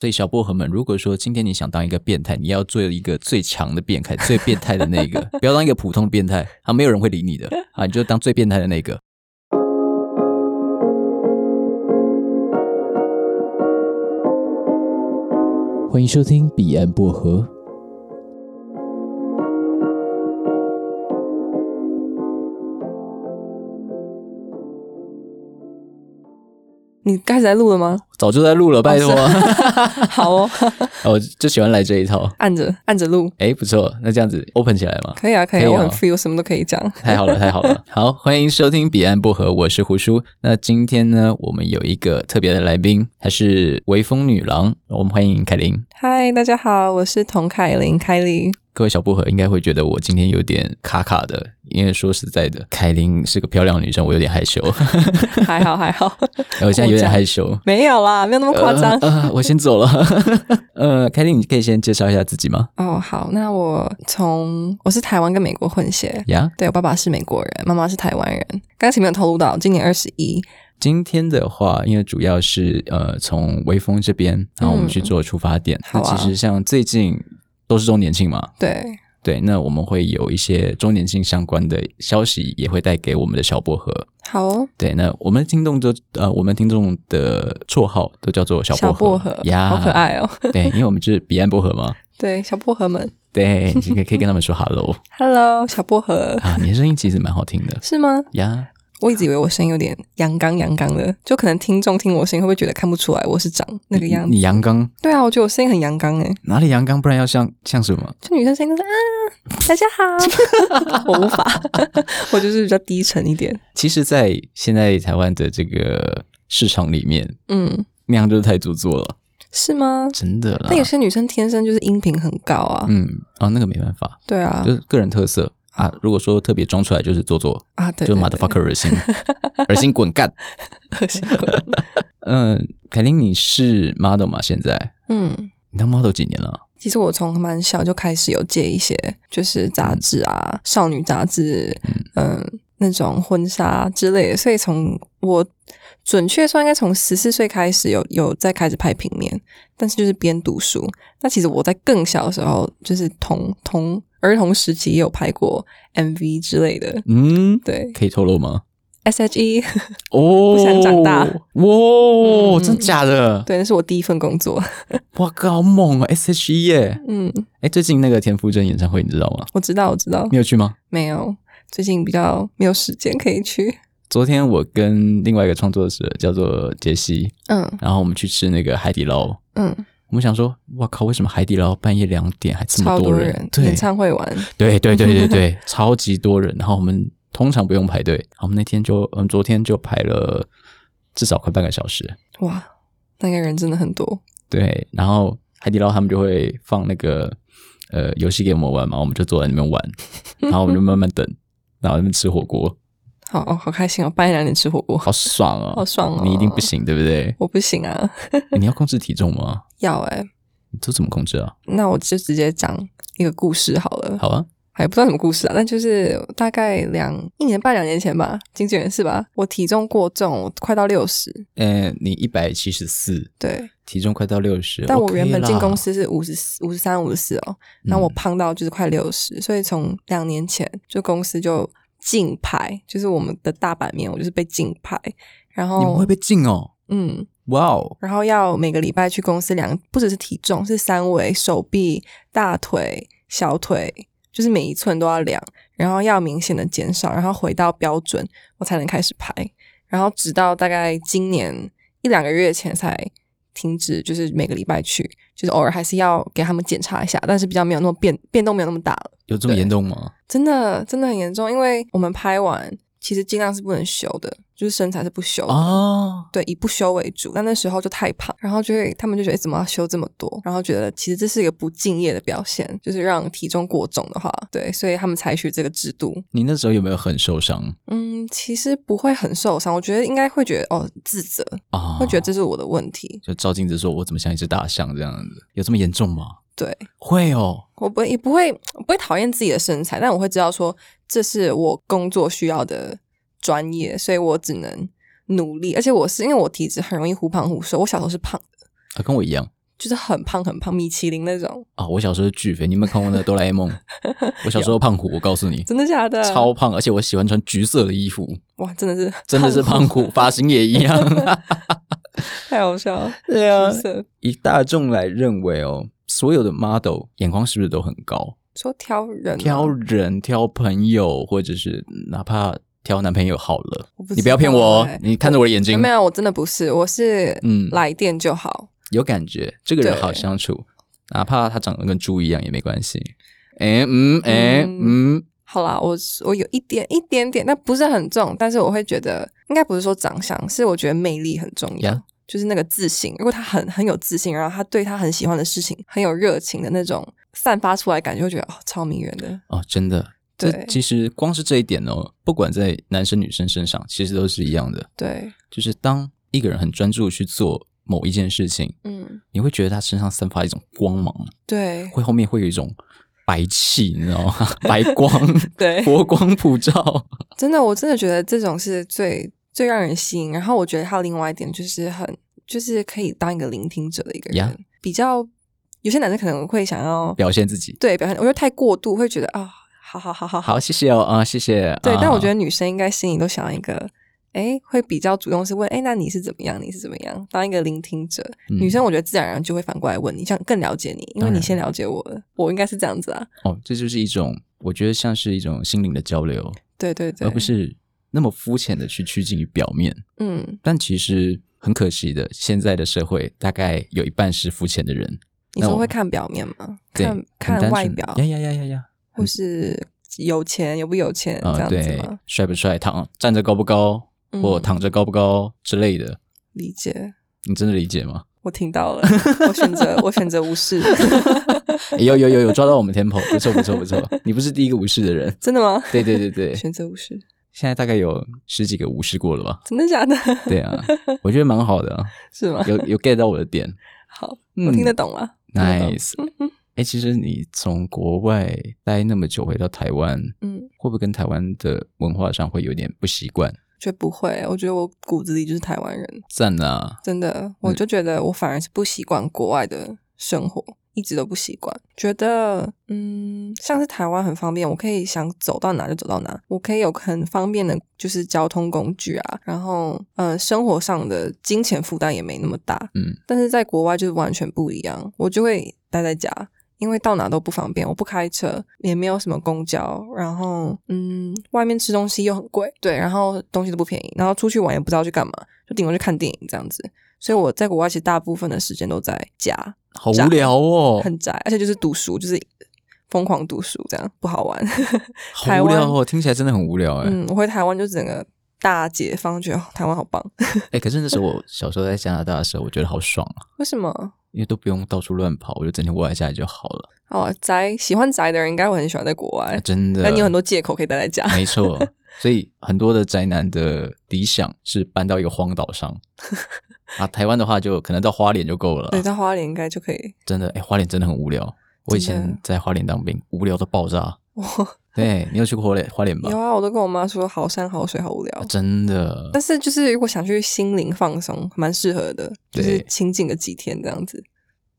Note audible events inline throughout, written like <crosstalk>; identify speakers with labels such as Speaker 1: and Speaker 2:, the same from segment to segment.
Speaker 1: 所以小薄荷们，如果说今天你想当一个变态，你要做一个最强的变态，最变态的那个，不要当一个普通的变态，啊，没有人会理你的啊，你就当最变态的那个。
Speaker 2: 欢迎收听《彼岸薄荷》。
Speaker 3: 你开始在录了吗？哦
Speaker 1: 早就在录了，拜托，
Speaker 2: 哦啊
Speaker 1: <laughs>
Speaker 3: <laughs> 好哦，
Speaker 1: 我就喜欢来这一套。
Speaker 3: 按着按着录，
Speaker 1: 哎，不错，那这样子 open 起来嘛，
Speaker 3: 可以啊，可以啊，
Speaker 1: 可以
Speaker 3: 我
Speaker 1: 啊
Speaker 3: 很 free，我什么都可以 <laughs> 讲。
Speaker 1: 太好了，太好了。好，欢迎收听《彼岸薄荷》，我是胡叔。那今天呢，我们有一个特别的来宾，她是微风女郎，我们欢迎凯琳。
Speaker 3: 嗨，大家好，我是童凯琳，凯 <laughs> 莉。
Speaker 1: 各位小薄荷应该会觉得我今天有点卡卡的，因为说实在的，凯琳是个漂亮女生，我有点害
Speaker 3: <laughs>
Speaker 1: 羞，
Speaker 3: 还好还好， <laughs>
Speaker 1: 我现在有点害羞，
Speaker 3: 没有啦，没有那么夸张。
Speaker 1: 呃呃我先走了。呃，凯琳，你可以先介绍一下自己吗？
Speaker 3: <laughs> 哦，好，那我从我是台湾跟美国混血，
Speaker 1: 呀，
Speaker 3: 对我爸爸是美国人，妈妈是台湾人。刚才前面有透露到，今年二十一，
Speaker 1: 今天的话，因为主要是呃从微风这边，然后我们去做出发点。
Speaker 3: 嗯好啊
Speaker 1: 那其实像最近都是周年庆嘛，
Speaker 3: 对，
Speaker 1: 对，那我们会有一些周年庆相关的消息，也会带给我们的小薄荷。
Speaker 3: 好哦，
Speaker 1: 对，那我们听众就呃，我们听众的绰号都叫做小
Speaker 3: 小薄
Speaker 1: 薄
Speaker 3: 荷，
Speaker 1: 呀，
Speaker 3: 好可。爱哦。
Speaker 1: 对，因为我们就是彼岸薄荷嘛。
Speaker 3: 对，小薄荷们
Speaker 1: 对，你可以可以跟他们说 hello
Speaker 3: ，Hello，小薄荷，
Speaker 1: 啊，你的声音其实蛮好听的
Speaker 3: 是吗？
Speaker 1: 呀。
Speaker 3: 我一直以为我声音有点阳刚阳刚的，就可能听众听我声音会不会觉得看不出来我是长那
Speaker 1: 嗯
Speaker 3: 个样子？
Speaker 1: 你阳刚
Speaker 3: 对啊，我觉得我声音很阳刚哎、
Speaker 1: 哪里阳刚？不然要像像什么？
Speaker 3: 就女生声音都是啊，大家好， <laughs> 我无法，我就是比较低沉一点。
Speaker 1: 其实，在现在台湾的这个市场里面，
Speaker 3: 嗯，
Speaker 1: 那样就是太做作了，
Speaker 3: 是吗？
Speaker 1: 真的啦
Speaker 3: 那。有些女生天生就是音频很高啊，
Speaker 1: 啊嗯，啊，那个没办法，
Speaker 3: 对啊
Speaker 1: 就，是个人特色啊。如果说特别装出来就是做作，
Speaker 3: 啊，哦对
Speaker 1: 就
Speaker 3: 对
Speaker 1: motherfucker 恶
Speaker 3: <laughs>
Speaker 1: 心，恶心滚干。
Speaker 3: 对辛苦了
Speaker 1: <laughs> 嗯，凯琳，你是 model 吗？现在
Speaker 3: 嗯，
Speaker 1: 你当 model 几年了？
Speaker 3: 其实我从蛮小就开始有接一些就是杂志啊，少女杂志，嗯、那种婚纱之类的，所以从我准确说应该从十四岁开始有有在开始拍平面，但是就是边读书。那其实我在更小的时候，就是童童儿童时期也有拍过 MV 之类的，
Speaker 1: 嗯，
Speaker 3: 对 E，
Speaker 1: 可以透露吗？
Speaker 3: ，SHE，
Speaker 1: 哦，
Speaker 3: 不想长大
Speaker 1: 哇，
Speaker 3: 嗯
Speaker 1: 真假的？
Speaker 3: <laughs> 对，那是我第一份工作。
Speaker 1: 哇靠，好猛哦！S.H.E 耶！
Speaker 3: 嗯，
Speaker 1: 哎，最近那个田馥甄演唱会你知道吗？
Speaker 3: 我知道，我知道，
Speaker 1: 你有去吗？
Speaker 3: 没有，最近比较没有时间可以去。
Speaker 1: 昨天我跟另外一个创作者叫做杰西，
Speaker 3: 嗯
Speaker 1: 然后我们去吃那个海底捞。
Speaker 3: 嗯。
Speaker 1: 我们想说，哇靠，为什么海底捞半夜两点还这么
Speaker 3: 超多
Speaker 1: 人？对
Speaker 3: 演，唱会完，
Speaker 1: 对对对对对， <laughs> 超级多人。然后我们通常不用排队，然后我们那天就，嗯，昨天就排了至少快半个小时。
Speaker 3: 哇，那个人真的很多。
Speaker 1: 对，然后海底捞他们就会放那个呃游戏给我们玩嘛，我们就坐在那边
Speaker 3: <laughs>
Speaker 1: 玩，然后我们就慢慢等，然后在那边吃火锅，
Speaker 3: 好哦，好开心哦！半夜两点吃火锅， <laughs>
Speaker 1: 好爽哦，
Speaker 3: 好爽哦
Speaker 1: 你一定不行，对不对？
Speaker 3: 我不行啊，
Speaker 1: 欸你要控制体重吗？
Speaker 3: 要哎、
Speaker 1: 你这怎么控制啊？
Speaker 3: 那我就直接讲一个故事好了，
Speaker 1: 好啊，
Speaker 3: 还不知道什么故事啊，但就是大概两一年半两年前吧，经纪人是吧？我体重过重，我快到六十，
Speaker 1: 呃，你一百七十四，
Speaker 3: 对，
Speaker 1: 体重快到六十，
Speaker 3: 但我原本进公
Speaker 1: 司，
Speaker 3: 司是五十五十三五十四哦，
Speaker 1: 嗯
Speaker 3: 然后我胖到就是快六十、所以从两年前就公司就竞拍，就是我们的大版面，我就是被竞拍，然
Speaker 1: 你们
Speaker 3: 后
Speaker 1: 会被禁哦，
Speaker 3: 嗯。
Speaker 1: 哇哦，
Speaker 3: 然后要每个礼拜去公司量，不只是体重，是三围、手臂、大腿、小腿，就是每一寸都要量，然后要明显的减少，然后回到标准，我才能开始拍。然后直到大概今年一两个月前才停止，就是每个礼拜去，就是偶尔还是要给他们检查一下，但是比较没有那么变变动没有那么大了。
Speaker 1: 有这么
Speaker 3: 对
Speaker 1: 严重吗？
Speaker 3: 真的真的很严重，因为我们拍完其实尽量是不能修的，就是身材是不修的。
Speaker 1: 哦，
Speaker 3: 对，以不修为主，但那时候就太胖，然后就会他们就觉得诶怎么要修这么多，然后觉得其实这是一个不敬业的表现，就是让体重过重的话，对，所以他们采取这个制度。
Speaker 1: 你那时候有没有很受伤
Speaker 3: 嗯，其实不会很受伤，我觉得应该会觉得哦自责，
Speaker 1: 啊？
Speaker 3: 会觉得这是我的问题，
Speaker 1: 就照镜子说，我怎么像一只大象这样子？有这么严重吗？
Speaker 3: 对
Speaker 1: 会哦，
Speaker 3: 我不也不会我不会讨厌自己的身材，但我会知道说这是我工作需要的专业，所以我只能努力，而且我是因为我体质很容易忽胖忽瘦，我小时候是胖的。
Speaker 1: 啊，跟我一样。
Speaker 3: 就是很胖很胖，米其林那种，
Speaker 1: 啊！我小时候是巨肥，你有没有看过那个哆啦 A
Speaker 3: <laughs>
Speaker 1: 梦？我小时候胖虎，我告诉你，
Speaker 3: 真的假的？
Speaker 1: 超胖，而且我喜欢穿橘色的衣服，
Speaker 3: 哇，真的是
Speaker 1: 真的是胖虎，发型也一样。
Speaker 3: <laughs> 太好笑了。
Speaker 1: 对啊
Speaker 3: 橘色
Speaker 1: 以大众来认为哦，所有的 model 眼光是不是都很高？
Speaker 3: 说挑人吗，啊
Speaker 1: 挑人、挑朋友，或者是哪怕挑男朋友好了，
Speaker 3: 我不知道
Speaker 1: 你不要骗我哦
Speaker 3: 欸，
Speaker 1: 你看着我的眼睛，
Speaker 3: 没有，我真的不是，我是
Speaker 1: 嗯
Speaker 3: 来电就好。
Speaker 1: 有感觉，这个人
Speaker 3: 对
Speaker 1: 好相处，哪怕他长得跟猪一样也没关系。哎嗯哎
Speaker 3: 嗯
Speaker 1: 嗯，
Speaker 3: 好啦，我是我有一点一点点，但不是很重，但是我会觉得应该不是说长相，是我觉得魅力很重要
Speaker 1: Yeah
Speaker 3: 就是那个自信。如果他很很有自信，然后他对他很喜欢的事情很有热情的那种，散发出来感觉，会觉得哦，超迷人的。
Speaker 1: 哦，真的。这
Speaker 3: 对
Speaker 1: 其实光是这一点哦，不管在男生女生身上，其实都是一样的。
Speaker 3: 对，
Speaker 1: 就是当一个人很专注去做某一件事情，
Speaker 3: 嗯，
Speaker 1: 你会觉得他身上散发一种光芒，
Speaker 3: 对
Speaker 1: 会后面会有一种白气，你知道吗？ <laughs> 白光，
Speaker 3: <laughs> 对，
Speaker 1: 佛光普照。
Speaker 3: 真的，我真的觉得这种是最最让人吸引。然后我觉得还有另外一点，就是很就是可以当一个聆听者的一个人
Speaker 1: Yeah
Speaker 3: 比较有些男生可能会想要
Speaker 1: 表现自己。
Speaker 3: 对表现，我觉得太过度会觉得啊、好好好好好，
Speaker 1: 好，谢谢哦，啊，谢谢。
Speaker 3: 对。但我觉
Speaker 1: 得
Speaker 3: 得女生应该心里都想要一个。哎，会比较主动是问，哎，那你是怎么样？你是怎么样？当一个聆听者，
Speaker 1: 嗯
Speaker 3: 女生我觉得自然而然就会反过来问你，想更了解你，因为
Speaker 1: 当
Speaker 3: 你
Speaker 1: 然
Speaker 3: 先了解我了，我应该是这样子啊，
Speaker 1: 哦，这就是一种，我觉得像是一种心灵的交流，
Speaker 3: 对对对，
Speaker 1: 而不是那么肤浅的去趋近于表面。
Speaker 3: 嗯，
Speaker 1: 但其实很可惜的，现在的社会大概有一半是肤浅的人，
Speaker 3: 你
Speaker 1: 那
Speaker 3: 说
Speaker 1: 我
Speaker 3: 会看表面吗？
Speaker 1: 对，
Speaker 3: 看
Speaker 1: 很
Speaker 3: 看
Speaker 1: 单
Speaker 3: 外
Speaker 1: 纯
Speaker 3: 表，
Speaker 1: 呀呀呀呀呀，
Speaker 3: 或是有钱有不有钱这
Speaker 1: 嗯啊，
Speaker 3: 样子
Speaker 1: 对
Speaker 3: 吗？，
Speaker 1: 帅不帅，躺站着高不高，或
Speaker 3: 嗯
Speaker 1: 躺着高不高之类的，
Speaker 3: 理解，
Speaker 1: 你真的理解吗？
Speaker 3: 我听到了，我选
Speaker 1: <laughs>
Speaker 3: 择我选择无视，
Speaker 1: 哎有有有有抓到我们 tempo，不错不错不错，你不是第一个无视的人。
Speaker 3: <laughs> 真的吗？
Speaker 1: 对对对对，
Speaker 3: 选择无视，
Speaker 1: 现在大概有十几个无视过了吧？
Speaker 3: 真的假的？ <laughs>
Speaker 1: 对啊，我觉得蛮好的啊、
Speaker 3: 是吗？
Speaker 1: 有有 get 到我的点
Speaker 3: 好，
Speaker 1: 嗯
Speaker 3: 我听得懂吗？听得懂
Speaker 1: ，nice。哎、其实你从国外待那么久回到台湾，
Speaker 3: 嗯，
Speaker 1: 会不会跟台湾的文化上会有点不习惯？
Speaker 3: 觉得不会，我觉得我骨子里就是台湾人，
Speaker 1: 赞啊！
Speaker 3: 真的，我就觉得我反而是不习惯国外的生活，一直都不习惯，觉得嗯，像是台湾很方便，我可以想走到哪就走到哪，我可以有很方便的，就是交通工具啊，然后呃，生活上的金钱负担也没那么大，
Speaker 1: 嗯，
Speaker 3: 但是在国外就是完全不一样，我就会待在家。因为到哪都不方便，我不开车，也没有什么公交，然后嗯，外面吃东西又很贵，对，然后东西都不便宜，然后出去玩也不知道去干嘛，就顶多去看电影这样子。所以我在国外其实大部分的时间都在家，
Speaker 1: 好无聊哦，
Speaker 3: 很宅，而且就是读书，就是疯狂读书，这样不好玩。
Speaker 1: 好无聊哦，听起来真的很无聊哎、
Speaker 3: 嗯，我回台湾就整个大解放，觉得、哦台湾好棒。 <laughs>
Speaker 1: 哎、可是那时候我小时候在加拿大的时候，我觉得好爽啊，
Speaker 3: 为什么？
Speaker 1: 因为都不用到处乱跑，我就整天窝在家里就好了。
Speaker 3: 哦，宅喜欢宅的人应该会很喜欢在国
Speaker 1: 啊、
Speaker 3: 外，
Speaker 1: 真的，
Speaker 3: 哎但你有很多借口可以待在家。
Speaker 1: 没错，所以很多的宅男的理想是搬到一个荒岛
Speaker 3: <laughs>
Speaker 1: 上啊。台湾的话，就可能到花莲就够了啦。
Speaker 3: 对，在花莲应该就可以。
Speaker 1: 真的，哎、花莲真的很无聊。我以
Speaker 3: 真的
Speaker 1: 前在花莲当兵，无聊到爆炸。
Speaker 3: 哇，
Speaker 1: 对你有去过花莲花莲吧
Speaker 3: 有？啊，我都跟我妈说好山好水好无聊
Speaker 1: 啊。真的，
Speaker 3: 但是就是如果想去心灵放松，蛮适合的，就是
Speaker 1: 对
Speaker 3: 清静个几天这样子。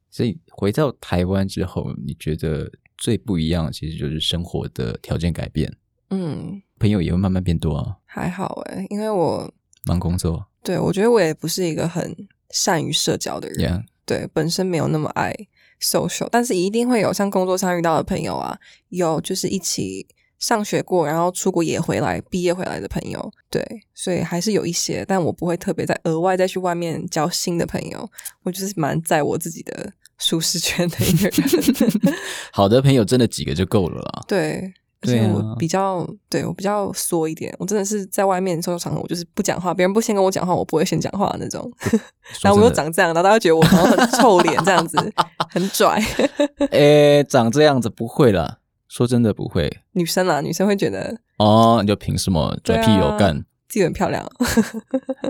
Speaker 1: 所以回到台湾之后，你觉得最不一样，其实就是生活的条件改变，
Speaker 3: 嗯，
Speaker 1: 朋友也会慢慢变多啊，
Speaker 3: 还好诶、因为我
Speaker 1: 忙工作，
Speaker 3: 对我觉得我也不是一个很善于社交的人。
Speaker 1: 也、yeah,
Speaker 3: 对，本身没有那么爱 social，但是一定会有像工作上遇到的朋友啊，有就是一起上学过，然后出国也回来，毕业回来的朋友，对，所以还是有一些，但我不会特别再额外再去外面交新的朋友，我就是蛮在我自己的舒适圈的一个人， <laughs>
Speaker 1: 好的朋友真的几个就够了啦。
Speaker 3: 对。而
Speaker 1: 对
Speaker 3: 且
Speaker 1: 啊
Speaker 3: 我比较，对我比较缩一点，我真的是在外面社交场合，我就是不讲话，别人不先跟我讲话，我不会先讲话的那种。然后我
Speaker 1: 说真
Speaker 3: 又
Speaker 1: 的，
Speaker 3: 长这样，然后大家觉得我好像很臭脸这
Speaker 1: <laughs>
Speaker 3: 样子，很拽。
Speaker 1: 哎、长这样子不会啦，说真的不会
Speaker 3: 女生啦，女生会觉得
Speaker 1: 哦，你就凭什么拽屁
Speaker 3: 对
Speaker 1: 油
Speaker 3: 啊
Speaker 1: 干？
Speaker 3: 自己很漂
Speaker 1: <laughs>
Speaker 3: 亮，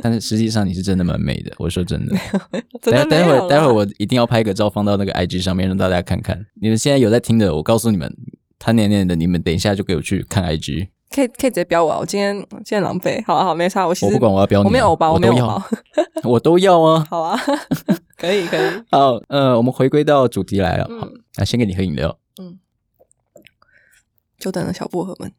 Speaker 1: 但是实际上你是真的蛮美的，我说真的。
Speaker 3: 真的
Speaker 1: 待待
Speaker 3: 没
Speaker 1: 会
Speaker 3: 有
Speaker 1: 儿
Speaker 3: 啦
Speaker 1: 待会儿我一定要拍个照放到那个 IG 上面让大家看看。你们现在有在听的，我告诉你们，他念念的，你们等一下就给我去看 IG。
Speaker 3: 可以可以直接标我、啊，我今天今天狼狈，好啊好，没差，我其实
Speaker 1: 我不管，我要标你啊，
Speaker 3: 我没有欧包，
Speaker 1: 我
Speaker 3: 没有
Speaker 1: 都要
Speaker 3: 欧
Speaker 1: <laughs>
Speaker 3: 包，，
Speaker 1: 我都要啊。<laughs>
Speaker 3: 好啊，可以可以，
Speaker 1: 好，呃，我们回归到主题来了，好啊
Speaker 3: 嗯，
Speaker 1: 那先给你喝饮料。
Speaker 3: 久等了小薄荷们，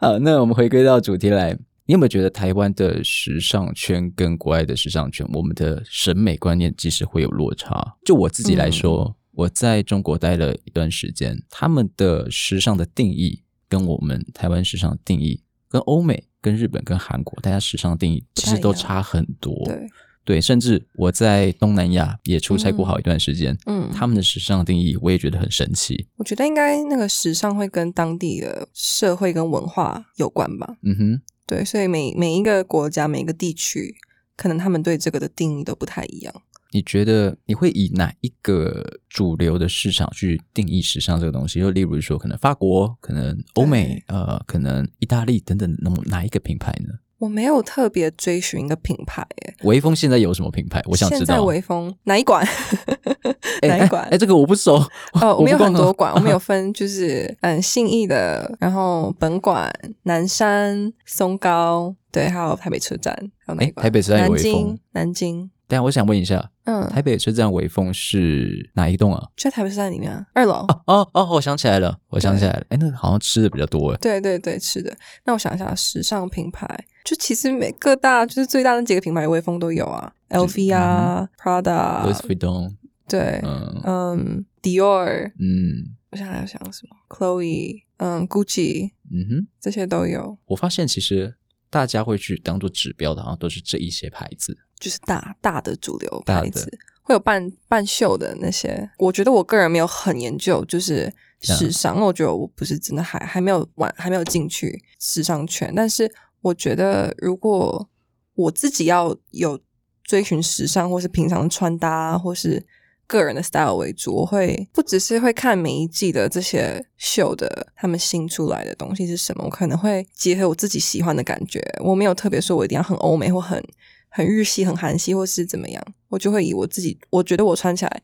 Speaker 1: 好，那我们回归到主题来，你有没有觉得台湾的时尚圈跟国外的时尚圈，我们的审美观念其实会有落差？就我自己
Speaker 3: 嗯
Speaker 1: 来说，我在中国待了一段时间，他们的时尚的定义跟我们台湾时尚的定义，跟欧美、跟日本、跟韩国大家时尚的定义
Speaker 3: 不
Speaker 1: 其
Speaker 3: 太
Speaker 1: 实都
Speaker 3: 一样
Speaker 1: 差很多。
Speaker 3: 对，
Speaker 1: 对，甚至我在东南亚也出差过好一段时间，
Speaker 3: 嗯，
Speaker 1: 他们的时尚的定义我也觉得很神奇。
Speaker 3: 我觉得应该那个时尚会跟当地的社会跟文化有关吧，
Speaker 1: 嗯哼，
Speaker 3: 对，所以每每一个国家每一个地区，可能他们对这个的定义都不太一样。
Speaker 1: 你觉得你会以哪一个主流的市场去定义时尚这个东西？就例如说，可能法国，可能欧美，呃，可能意大利等等，那么哪一个品牌呢？
Speaker 3: 我没有特别追寻一个品牌，哎，
Speaker 1: 微风现在有什么品牌？我想知
Speaker 3: 现在
Speaker 1: 道。
Speaker 3: 微风哪一馆？
Speaker 1: <laughs> 哎
Speaker 3: 哪
Speaker 1: 哎
Speaker 3: 一馆？
Speaker 1: 哎，这个我不熟。
Speaker 3: 哦，
Speaker 1: 不啊
Speaker 3: 我们有
Speaker 1: 逛
Speaker 3: 很
Speaker 1: 了 <laughs>
Speaker 3: 多馆，我们有分就是嗯信义的，然后本馆、南山、松高，对，还有台北车站，还有哪一
Speaker 1: 哎
Speaker 3: 馆？
Speaker 1: 台北车站有
Speaker 3: 南
Speaker 1: 微风
Speaker 3: 京，南京，
Speaker 1: 等一下我想问一下，
Speaker 3: 嗯，
Speaker 1: 台北车站微风是哪一栋啊？
Speaker 3: 就在台北车站里面啊，二楼。
Speaker 1: 哦哦哦，我想起来了，我想起来了。哎，那个好像吃的比较多哎。
Speaker 3: 对对对，是的。那我想一下，时尚品牌就其实每各大就是最大的几个品牌，微风都有啊，LV
Speaker 1: 嗯
Speaker 3: 啊、
Speaker 1: Louis
Speaker 3: Prada，
Speaker 1: Vuitton，
Speaker 3: 对，
Speaker 1: 嗯
Speaker 3: 嗯，Dior，
Speaker 1: 嗯
Speaker 3: 我想还有想什么，Chloe，嗯，Gucci
Speaker 1: 嗯哼。
Speaker 3: 这些都有，
Speaker 1: 我发现其实大家会去当做指标的，好像都是这一些牌子。
Speaker 3: 就是大大的主流
Speaker 1: 大
Speaker 3: 牌
Speaker 1: 的
Speaker 3: 子，会有半半袖的那些。我觉得我个人没有很研究，
Speaker 1: 嗯
Speaker 3: 就是时尚，因为我觉得我不是真的还还没有玩，还没有进去时尚圈。但是我觉得，如果我自己要有追寻时尚，或是平常穿搭，啊或是个人的 style 为主，我会不只是会看每一季的这些秀的他们新出来的东西是什么，我可能会结合我自己喜欢的感觉。我没有特别说我一定要很欧美或很很日系、很韩系，或是怎么样，我就会以我自己我觉得我穿起来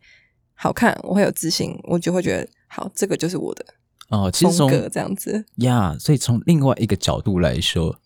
Speaker 3: 好看，我会有自信，我就会觉得好，这个就是我的
Speaker 1: 哦，其
Speaker 3: 风
Speaker 1: 实从
Speaker 3: 格这样子。
Speaker 1: 呀所以从另外一个角度来说，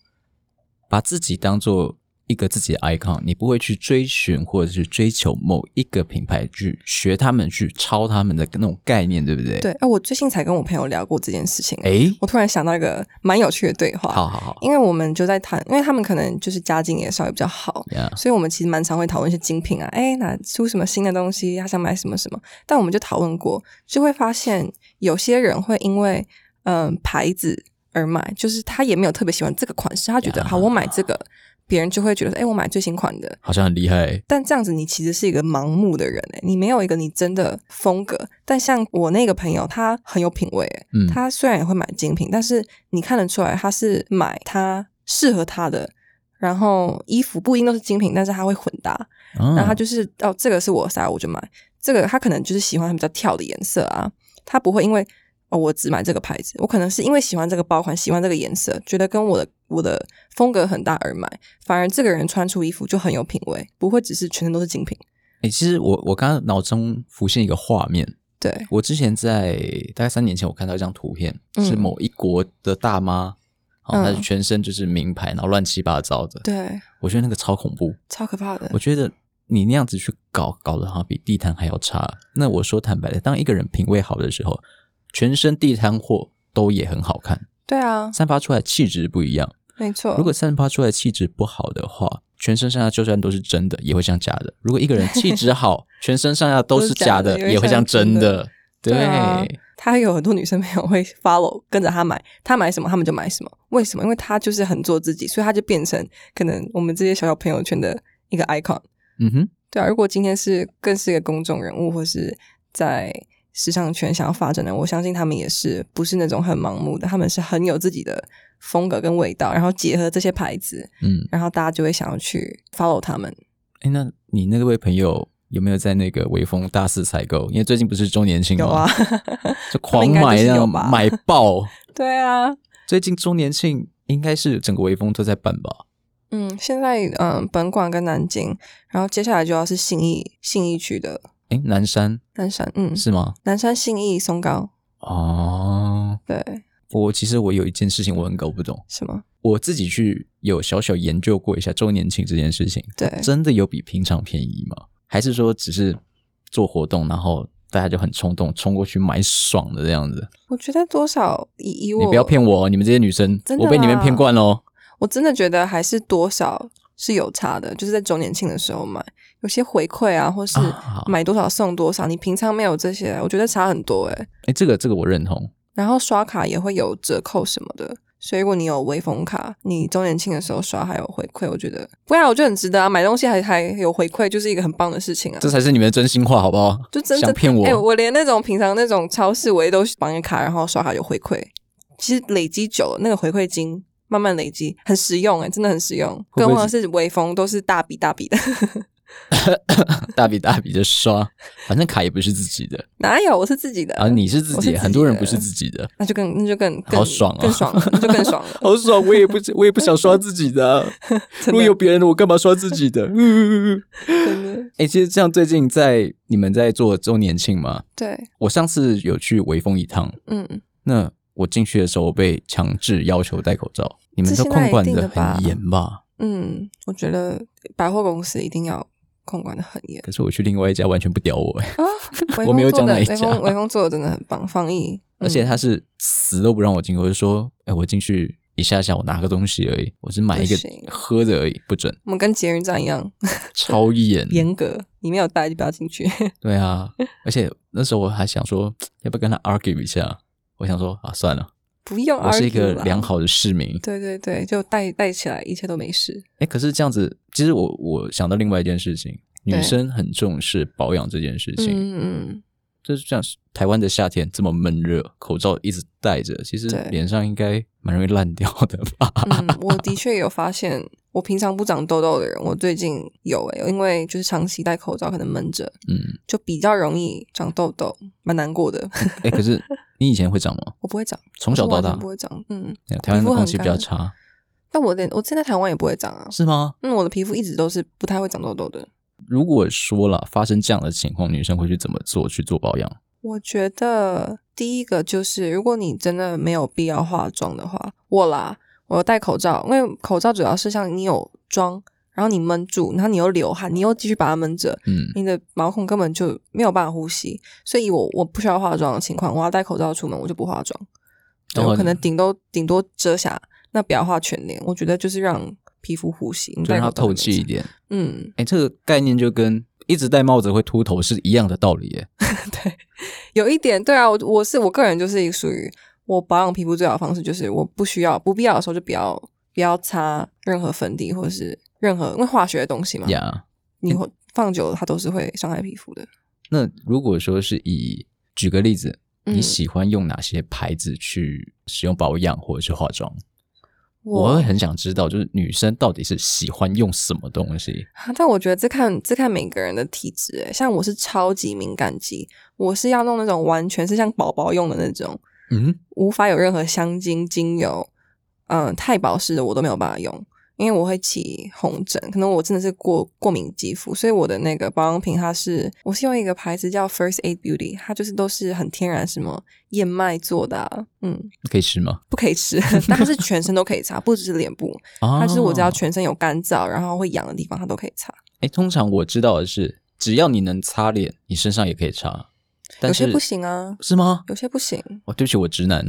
Speaker 1: 把自己当做一个自己的 icon，你不会去追寻或者是追求某一个品牌去学他们去抄他们的那种概念，对不对？
Speaker 3: 对，哎、我最近才跟我朋友聊过这件事情，
Speaker 1: 诶，
Speaker 3: 我突然想到一个蛮有趣的对话。
Speaker 1: 好好好
Speaker 3: 因为我们就在谈，因为他们可能就是家境也稍微比较好，
Speaker 1: 呀
Speaker 3: 所以我们其实蛮常会讨论一些精品啊，哎，哪出什么新的东西，他想买什么什么。但我们就讨论过，就会发现有些人会因为嗯、牌子而买，就是他也没有特别喜欢这个款式，他觉得
Speaker 1: 呀
Speaker 3: 好，我买这个，别人就会觉得哎，我买最新款的。
Speaker 1: 好像很厉害。
Speaker 3: 但这样子，你其实是一个盲目的人哎、你没有一个你真的风格。但像我那个朋友，他很有品味哎、
Speaker 1: 嗯
Speaker 3: 他虽然也会买精品，但是你看得出来他是买他适合他的，然后衣服不一定都是精品，但是他会混搭，
Speaker 1: 然
Speaker 3: 然后他就是、哦，这个是我的 style，我就买这个。他可能就是喜欢比较跳的颜色啊，他不会因为哦我只买这个牌子，我可能是因为喜欢这个包款，喜欢这个颜色，觉得跟我的我的风格很搭而买。反而这个人穿出衣服就很有品味，不会只是全身都是精品。
Speaker 1: 哎、其实我我刚刚脑中浮现一个画面，
Speaker 3: 对，
Speaker 1: 我之前在大概三年前，我看到一张图片，
Speaker 3: 嗯
Speaker 1: 是某一国的大妈，哦，她
Speaker 3: 嗯
Speaker 1: 是全身就是名牌，然后乱七八糟的。，
Speaker 3: 对，
Speaker 1: 我觉得那个超恐怖。
Speaker 3: 超可怕的
Speaker 1: 我。觉得你那样子去搞，搞得好像比地摊还要差。那我说坦白的，当一个人品味好的时候，全身地摊货都也很好看，
Speaker 3: 对啊，
Speaker 1: 散发出来的气质不一样。
Speaker 3: 没错。
Speaker 1: 如果散发出来的气质不好的话，全身上下就算都是真的，也会像假的。如果一个人气质
Speaker 3: <laughs>
Speaker 1: 好，全身上下都是假的，
Speaker 3: 都是假的
Speaker 1: 也会像真的。对，
Speaker 3: 对啊他有很多女生朋友会 follow 跟着他买，他买什么他们就买什么。为什么？因为他就是很做自己，所以他就变成可能我们这些小小朋友圈的一个 icon。
Speaker 1: 嗯哼，
Speaker 3: 对啊，如果今天是更是一个公众人物，或是在时尚圈想要发展的，我相信他们也是不是那种很盲目的，他们是很有自己的风格跟味道，然后结合这些牌子，
Speaker 1: 嗯。
Speaker 3: 然后大家就会想要去 follow 他们。
Speaker 1: 哎，那你那位朋友有没有在那个微风大肆采购？因为最近不是周年庆吗
Speaker 3: 有啊，， <laughs>
Speaker 1: 就狂
Speaker 3: 应该
Speaker 1: 买，
Speaker 3: 就是
Speaker 1: 那
Speaker 3: 有
Speaker 1: 种
Speaker 3: 吧
Speaker 1: 买爆。
Speaker 3: 对啊，
Speaker 1: 最近周年庆应该是整个微风都在办吧？
Speaker 3: 嗯，现在嗯本馆跟南京，然后接下来就要是信义信义区的
Speaker 1: 哎，南山
Speaker 3: 南山，嗯，
Speaker 1: 是吗？
Speaker 3: 南山信义松高，
Speaker 1: 哦，
Speaker 3: 对，
Speaker 1: 我其实我有一件事情我很搞不懂，
Speaker 3: 什么？
Speaker 1: 我自己去有小小研究过一下周年庆这件事情，
Speaker 3: 对
Speaker 1: 真的有比平常便宜吗？还是说只是做活动，然后大家就很冲动冲过去买爽的这样子？
Speaker 3: 我觉得多少以以我
Speaker 1: 你不要骗我哦，你们这些女生
Speaker 3: 真，的啊
Speaker 1: 我被你们
Speaker 3: 啦
Speaker 1: 骗惯哦喽。
Speaker 3: 我真的觉得还是多少是有差的，就是在周年庆的时候买，有些回馈啊，或是
Speaker 1: 啊
Speaker 3: 买多少送多少，你平常没有这些，我觉得差很多诶、欸
Speaker 1: 哎，这个这个我认同，
Speaker 3: 然后刷卡也会有折扣什么的，所以如果你有微风卡，你周年庆的时候刷还有回馈，我觉得不然我觉得很值得啊，买东西还还有回馈，就是一个很棒的事情啊
Speaker 1: 这。才是你们的真心话，好不好？
Speaker 3: 就真的
Speaker 1: 想骗我？
Speaker 3: 哎、我连那种平常那种超市，我也都绑个卡，然后刷卡有回馈。其实累积久了，那个回馈金慢慢累积，很实用哎、真的很实用。
Speaker 1: 会不会
Speaker 3: 更何况是微风，都是大笔大笔的， <laughs>
Speaker 1: 大笔大笔的刷，反正卡也不是自己的，
Speaker 3: 哪有？我是自己的，
Speaker 1: 啊，你是自
Speaker 3: 我
Speaker 1: 己
Speaker 3: 是自己
Speaker 1: 的，很多人
Speaker 3: 的
Speaker 1: 不是自己的，
Speaker 3: 那就更那就更更
Speaker 1: 好爽哦
Speaker 3: 更爽了，那就更爽了。
Speaker 1: <laughs> 好爽！我也不我也不想刷自己的啊、 <laughs> 如果有别人的，我干嘛刷自己 <laughs> 的？嗯
Speaker 3: 真的
Speaker 1: 哎、其实这样最近在你们在做周年庆嘛，
Speaker 3: 对，
Speaker 1: 我上次有去微风一趟，
Speaker 3: 嗯，
Speaker 1: 那我进去的时候我被强制要求戴口罩，你们都
Speaker 3: 这现在
Speaker 1: 控管
Speaker 3: 一定
Speaker 1: 的
Speaker 3: 的吧
Speaker 1: 很严吧？
Speaker 3: 嗯，我觉得百货公司一定要控管的很严
Speaker 1: 可是我去另外一家完全不屌我、 <laughs> 哎
Speaker 3: 啊。微
Speaker 1: 我没有
Speaker 3: 风做
Speaker 1: 讲
Speaker 3: 的
Speaker 1: 哪一
Speaker 3: 微
Speaker 1: 家
Speaker 3: 风微风做的真的很棒，防疫，
Speaker 1: 而且他是死都不让我进，我就说，哎、我进去一下下，我拿个东西而已，我只买一个
Speaker 3: 不行
Speaker 1: 喝的而已，不准，
Speaker 3: 我们跟捷运站一样
Speaker 1: 超严。
Speaker 3: 严格，你没有带就不要进去。
Speaker 1: 对啊，而且那时候我还想说，要不要跟他 argue 一下？我想说啊，算了，
Speaker 3: 不用 argue 啦，
Speaker 1: 我是一个良好的市民。
Speaker 3: 对对对，就带带起来，一切都没事。
Speaker 1: 哎，可是这样子，其实我我想到另外一件事情，女
Speaker 3: 对
Speaker 1: 生很重视保养这件事
Speaker 3: 嗯
Speaker 1: 情。
Speaker 3: 嗯
Speaker 1: 就是这样，台湾的夏天这么闷热，口罩一直戴着，其实
Speaker 3: 对
Speaker 1: 脸上应该蛮容易烂掉的吧？ <laughs>
Speaker 3: 嗯，嗯我的确有发现，我平常不长痘痘的人，我最近有诶、因为就是长期戴口罩，可能闷着，
Speaker 1: 嗯，
Speaker 3: 就比较容易长痘痘，蛮难过的。 <laughs>
Speaker 1: 哎，可是你以前会长吗？
Speaker 3: 我不会长，
Speaker 1: 从小到
Speaker 3: 我完
Speaker 1: 大
Speaker 3: 全，不会长，嗯，
Speaker 1: 台湾
Speaker 3: 皮
Speaker 1: 的
Speaker 3: 肤
Speaker 1: 空
Speaker 3: 很
Speaker 1: 气比
Speaker 3: 干
Speaker 1: 较差，
Speaker 3: 但我连我现在台湾也不会长啊。
Speaker 1: 是吗？
Speaker 3: 嗯，我的皮肤一直都是不太会长痘痘的。
Speaker 1: 如果说了发生这样的情况，女生会去怎么做去做保养？
Speaker 3: 我觉得第一个就是，如果你真的没有必要化妆的话，我啦，我戴口罩，因为口罩主要是像你有妆，然后你闷住，然后你又流汗，你又继续把它闷着，
Speaker 1: 嗯，
Speaker 3: 你的毛孔根本就没有办法呼吸。所以我我不需要化妆的情况，我要戴口罩出门，我就不化妆，对
Speaker 1: 哦
Speaker 3: 我可能顶多顶多遮瑕，那不要画全脸。我觉得就是让皮肤呼吸，你
Speaker 1: 就
Speaker 3: 戴
Speaker 1: 让
Speaker 3: 口
Speaker 1: 它
Speaker 3: 罩
Speaker 1: 透
Speaker 3: 就没
Speaker 1: 气
Speaker 3: 差
Speaker 1: 一。点。
Speaker 3: 嗯，
Speaker 1: 哎，这个概念就跟一直戴帽子会秃头是一样的道理耶。
Speaker 3: 有一点，对啊，我我是我个人就是一个属于我保养皮肤最好的方式，就是我不需要不必要的时候就不要不要擦任何粉底或者是任何因为化学的东西嘛，
Speaker 1: 呀、
Speaker 3: 你会放久了它都是会伤害皮肤的。
Speaker 1: 那如果说是以举个例子，你
Speaker 3: 嗯
Speaker 1: 喜欢用哪些牌子去使用保养或者是化妆？我会很想知道，就是女生到底是喜欢用什么东西？
Speaker 3: 啊但我觉得这看这看每个人的体质诶，像我是超级敏感肌，我是要弄那种完全是像宝宝用的那种，
Speaker 1: 嗯，
Speaker 3: 无法有任何香精、精油，嗯、太保湿的我都没有办法用，因为我会起红疹，可能我真的是过过敏肌肤，所以我的那个保养品它是我是用一个牌子叫 First Aid Beauty，它就是都是很天然，什么燕麦做的、啊，嗯，
Speaker 1: 可以吃吗？
Speaker 3: 不可以
Speaker 1: <laughs>
Speaker 3: 吃，但它是全身都可以擦，不只是脸部，
Speaker 1: 啊
Speaker 3: 它就是我只要全身有干燥然后会痒的地方，它都可以擦，
Speaker 1: 哎，通常我知道的是，只要你能擦脸，你身上也可以擦。但
Speaker 3: 有
Speaker 1: 是
Speaker 3: 些不行啊。
Speaker 1: 是吗？
Speaker 3: 有些不行， <laughs>
Speaker 1: 哦，对不起，我直男。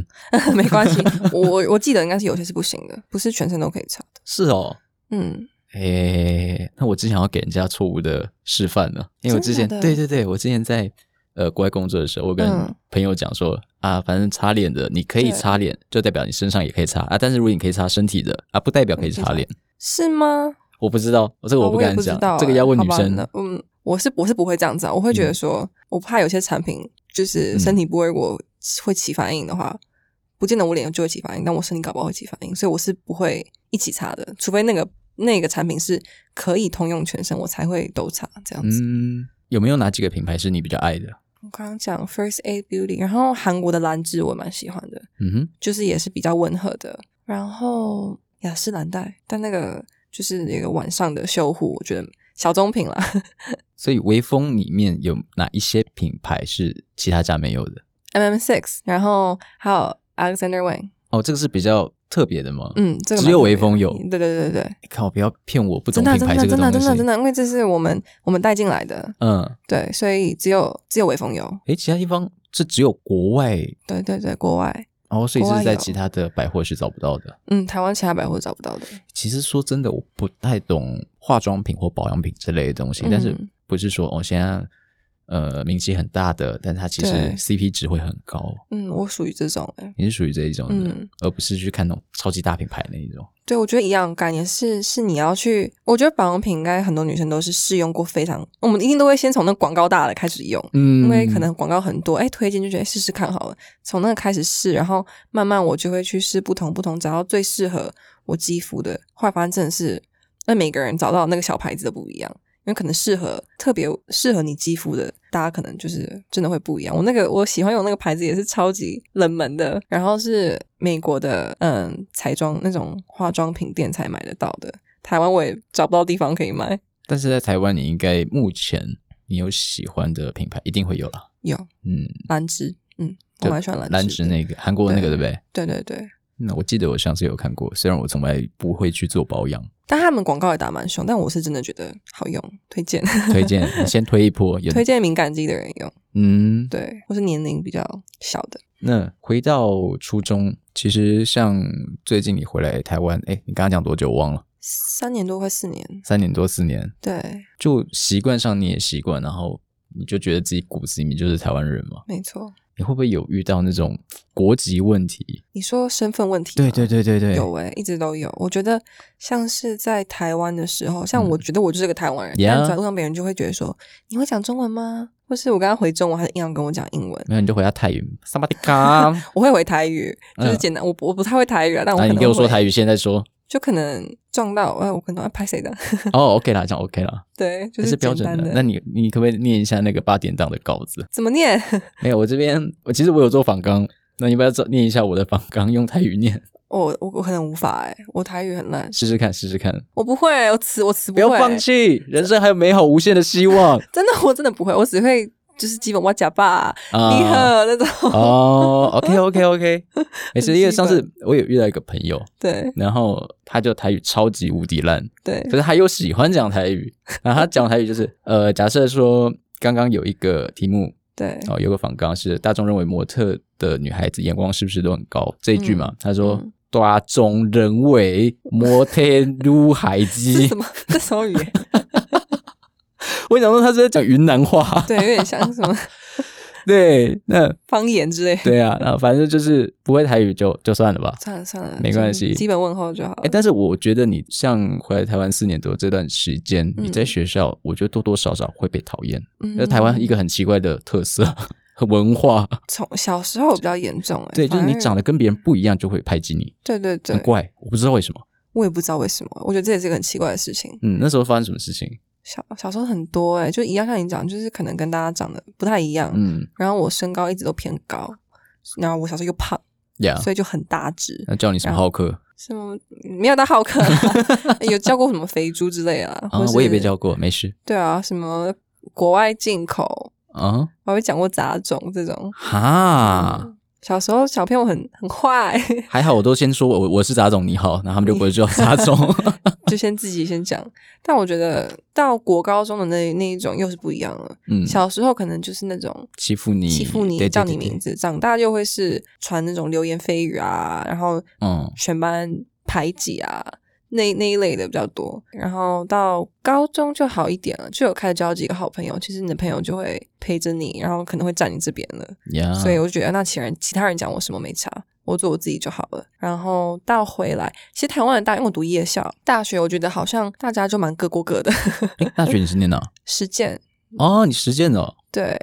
Speaker 3: 没关系，我我我记得应该是有些是不行的，不是全身都可以擦的。
Speaker 1: 是哦。
Speaker 3: 嗯，
Speaker 1: 诶、那我之前要给人家错误的示范了，因为我之前
Speaker 3: 真的假
Speaker 1: 对
Speaker 3: 的
Speaker 1: 对对，我之前在呃国外工作的时候，我跟
Speaker 3: 嗯
Speaker 1: 朋友讲说、啊，反正擦脸的你可以
Speaker 3: 对
Speaker 1: 擦脸，就代表你身上也可以擦啊，但是如果你可以擦身体的啊，不代表可以
Speaker 3: 嗯可以
Speaker 1: 擦
Speaker 3: 擦
Speaker 1: 脸。
Speaker 3: 是吗？
Speaker 1: 我不知道，我这个
Speaker 3: 哦
Speaker 1: 不
Speaker 3: 也
Speaker 1: 敢
Speaker 3: 知
Speaker 1: 讲，
Speaker 3: 道
Speaker 1: 这个
Speaker 3: 欸
Speaker 1: 要问
Speaker 3: 好
Speaker 1: 女
Speaker 3: 吧
Speaker 1: 生。
Speaker 3: 那嗯，我是我是不会这样子啊，我会觉得
Speaker 1: 嗯
Speaker 3: 说，我怕有些产品就是身体部位我会起反应的话，不见得我脸就会起反应，但我身体搞不好会起反应，所以我是不会一起擦的，除非那个那个产品是可以通用全身，我才会都擦这样子。
Speaker 1: 嗯，有没有哪几个品牌是你比较爱的？
Speaker 3: 我刚刚讲 First Aid Beauty，然后韩国的兰芝我蛮喜欢的，
Speaker 1: 嗯哼，
Speaker 3: 就是也是比较温和的，然后雅诗兰黛，但那个就是那个晚上的修护，我觉得小棕瓶啦。
Speaker 1: 所以微风里面有哪一些品牌是其他家没有的？
Speaker 3: M M Six，然后还有 Alexander Wang，
Speaker 1: 哦，这个是比较特别的吗？，
Speaker 3: 嗯，这个
Speaker 1: 只
Speaker 3: 蛮
Speaker 1: 有
Speaker 3: 特别
Speaker 1: 微风
Speaker 3: 的
Speaker 1: 有
Speaker 3: 对对对对对，
Speaker 1: 靠，不要骗我，不懂
Speaker 3: 真
Speaker 1: 品
Speaker 3: 的真
Speaker 1: 牌
Speaker 3: 的啊
Speaker 1: 这个
Speaker 3: 真
Speaker 1: 东
Speaker 3: 的
Speaker 1: 西。
Speaker 3: 真的真的，因为这是我们我们带进来的，啊
Speaker 1: 嗯，
Speaker 3: 对，所以只有只有微风有，
Speaker 1: 诶，其他地方是只有国外，
Speaker 3: 对对对，国外，
Speaker 1: 然后所以
Speaker 3: 国外
Speaker 1: 是在
Speaker 3: 有
Speaker 1: 其他的百货是找不到的。
Speaker 3: 嗯，台湾其他百货找不到的，
Speaker 1: 其实说真的，我不太懂化妆品或保养品之类的东西，
Speaker 3: 嗯
Speaker 1: 但是不是说哦，现在呃名气很大的，但它其实
Speaker 3: 对
Speaker 1: CP 值会很高。
Speaker 3: 嗯，我属于这种、欸，
Speaker 1: 你是属于这一种的，
Speaker 3: 嗯
Speaker 1: 而不是去看那种超级大品牌那一种。
Speaker 3: 对，我觉得一样的概念是是你要去，我觉得保养品应该很多女生都是试用过非常，我们一定都会先从那广告大的开始用，
Speaker 1: 嗯
Speaker 3: 因为可能广告很多，哎，推荐就觉得哎试试看好了，从那个开始试，然后慢慢我就会去试不同不同，找到最适合我肌肤的。后来发现真的是，那每个人找到那个小牌子的不一样，因为可能适合特别适合你肌肤的，大家可能就是真的会不一样。我那个我喜欢用那个牌子也是超级冷门的，然后是美国的嗯彩妆那种化妆品店才买得到的，台湾我也找不到地方可以买。
Speaker 1: 但是在台湾，你应该目前你有喜欢的品牌，一定会有啦。
Speaker 3: 有
Speaker 1: 嗯，
Speaker 3: 兰芝，嗯，我
Speaker 1: 就
Speaker 3: 蛮喜欢兰
Speaker 1: 兰
Speaker 3: 芝
Speaker 1: 芝
Speaker 3: 的，
Speaker 1: 那个韩国那个对不对？
Speaker 3: 对对对。
Speaker 1: 那我记得我上次有看过，虽然我从来不会去做保养，
Speaker 3: 但他们广告也打蛮凶，但我是真的觉得好用，推荐
Speaker 1: <laughs> 推荐你先推一波。有
Speaker 3: 推荐敏感肌的人用，
Speaker 1: 嗯，
Speaker 3: 对，或是年龄比较小的，
Speaker 1: 那回到初中，其实像最近你回来台湾，哎，你刚刚讲多久我忘了，
Speaker 3: 三年多快四年，
Speaker 1: 三年多四年，
Speaker 3: 对，
Speaker 1: 就习惯上你也习惯，然后你就觉得自己骨子里面就是台湾人嘛。
Speaker 3: 没错。
Speaker 1: 你会不会有遇到那种国籍问题？
Speaker 3: 你说身份问题，
Speaker 1: 对对，对对对，
Speaker 3: 有哎、一直都有。我觉得像是在台湾的时候，像
Speaker 1: 嗯
Speaker 3: 我觉得我就是个台湾人，
Speaker 1: Yeah
Speaker 3: 但走在路上别人就会觉得说你会讲中文吗？或是我跟他回中文，他硬要跟我讲英文，
Speaker 1: 没有你就回答泰语，萨巴迪卡。 <laughs>
Speaker 3: 我会回台语，就是
Speaker 1: 嗯
Speaker 3: 简单，我不我不太会台语啊，但我
Speaker 1: 啊，
Speaker 3: 可能
Speaker 1: 你给我说
Speaker 3: 会
Speaker 1: 台语，现在说。
Speaker 3: 就可能撞到，哎，我可能要拍谁的， <laughs>
Speaker 1: 哦，OK 啦，这样 OK 啦，
Speaker 3: 对， <laughs> 就
Speaker 1: 这是标
Speaker 3: 简
Speaker 1: 准
Speaker 3: 单
Speaker 1: 那你你可不可以念一下那个八点档的稿子？
Speaker 3: 怎么念？
Speaker 1: <laughs> 没有，我这边我其实我有做仿纲，那你要不要做念一下我的仿纲，用台语念
Speaker 3: 我我我可能无法哎、我台语很烂，
Speaker 1: 试试看，试试看。
Speaker 3: 我不会，我词我词
Speaker 1: 不
Speaker 3: 会，欸
Speaker 1: 要放弃，人生还有美好无限的希
Speaker 3: <laughs>
Speaker 1: 望
Speaker 3: 真的我真的不会，我只会就是基本我假爸、
Speaker 1: 啊！
Speaker 3: 你好那种，
Speaker 1: 哦，OK OK
Speaker 3: <laughs>
Speaker 1: OK，也是因为
Speaker 3: 习
Speaker 1: 上
Speaker 3: 惯
Speaker 1: 次我有遇到一个朋友，
Speaker 3: 对
Speaker 1: 然后他就台语超级无敌烂，
Speaker 3: 对
Speaker 1: 可是他又喜欢讲台语，然后他讲台语就是呃，假设说刚刚有一个题目
Speaker 3: 对，
Speaker 1: 哦，有个访纲是大众认为模特的女孩子眼光是不是都很高这一句嘛，他说。
Speaker 3: 嗯
Speaker 1: 大众认为模特女孩
Speaker 3: <laughs> 是
Speaker 1: 子
Speaker 3: 什，么？这什么语言？ <laughs>
Speaker 1: 我想说他是在讲云南话， <laughs>
Speaker 3: 对，有点像什么
Speaker 1: 对，那
Speaker 3: 方言之类。
Speaker 1: 对啊，那反正就是不会台语就就算了吧。
Speaker 3: 算了算了，
Speaker 1: 没关系
Speaker 3: 就是基本问候就好了
Speaker 1: 哎，。但是我觉得你像回来台湾四年多这段时间，
Speaker 3: 嗯
Speaker 1: 你在学校，我觉得多多少少会被讨厌。
Speaker 3: 嗯
Speaker 1: 因为台湾一个很奇怪的特色 <laughs> 和文化，
Speaker 3: 从小时候比较严重哎，
Speaker 1: 对，就是
Speaker 3: 反
Speaker 1: 你
Speaker 3: 而
Speaker 1: 长得跟别人不一样就会排挤你，
Speaker 3: 对对对
Speaker 1: 很，怪，我不知道为什么。
Speaker 3: 我也不知道为什么，我觉得这也是个很奇怪的事情。
Speaker 1: 嗯，那时候发生什么事情？
Speaker 3: 小小时候很多哎，就一样像你讲，就是可能跟大家长得不太一样，
Speaker 1: 嗯，
Speaker 3: 然后我身高一直都偏高，然后我小时候又胖，
Speaker 1: 呀，
Speaker 3: 所以就很大只，
Speaker 1: 那叫你什么
Speaker 3: 然后
Speaker 1: 好客
Speaker 3: 什么没有到浩克啦，
Speaker 1: <laughs>
Speaker 3: 有叫过什么肥猪之类的啦，
Speaker 1: 啊
Speaker 3: 或？是
Speaker 1: 我也被叫过，没事
Speaker 3: 对啊，什么国外进口，
Speaker 1: 啊
Speaker 3: 我还被讲过杂种这种。
Speaker 1: 哈。
Speaker 3: 小时候小朋友很很坏， <laughs>
Speaker 1: 还好我都先说我我是杂种你好，然后他们就不会叫杂
Speaker 3: <laughs>
Speaker 1: 种。
Speaker 3: 就先自己先讲。但我觉得到国高中的那那一种又是不一样了。
Speaker 1: 嗯，
Speaker 3: 小时候可能就是那种
Speaker 1: 欺负你，
Speaker 3: 欺负你
Speaker 1: 对
Speaker 3: 叫你名，字，长大就会是传那种流言蜚语啊，然后
Speaker 1: 对对对嗯，
Speaker 3: 全班排挤啊，那那一类的比较多。然后到高中就好一点了，就有开始交几个好朋友，其实你的朋友就会陪着你，然后可能会站你这边了。
Speaker 1: 呀，
Speaker 3: 所以我就觉得，那其他人其他人讲我什么没差，我做我自己就好了。然后到回来，其实台湾的大，因为我读夜校，大学我觉得好像大家就蛮各过各的， <laughs>
Speaker 1: 诶大学你是念哪？
Speaker 3: 实践
Speaker 1: 哦，你实践哦，
Speaker 3: 对。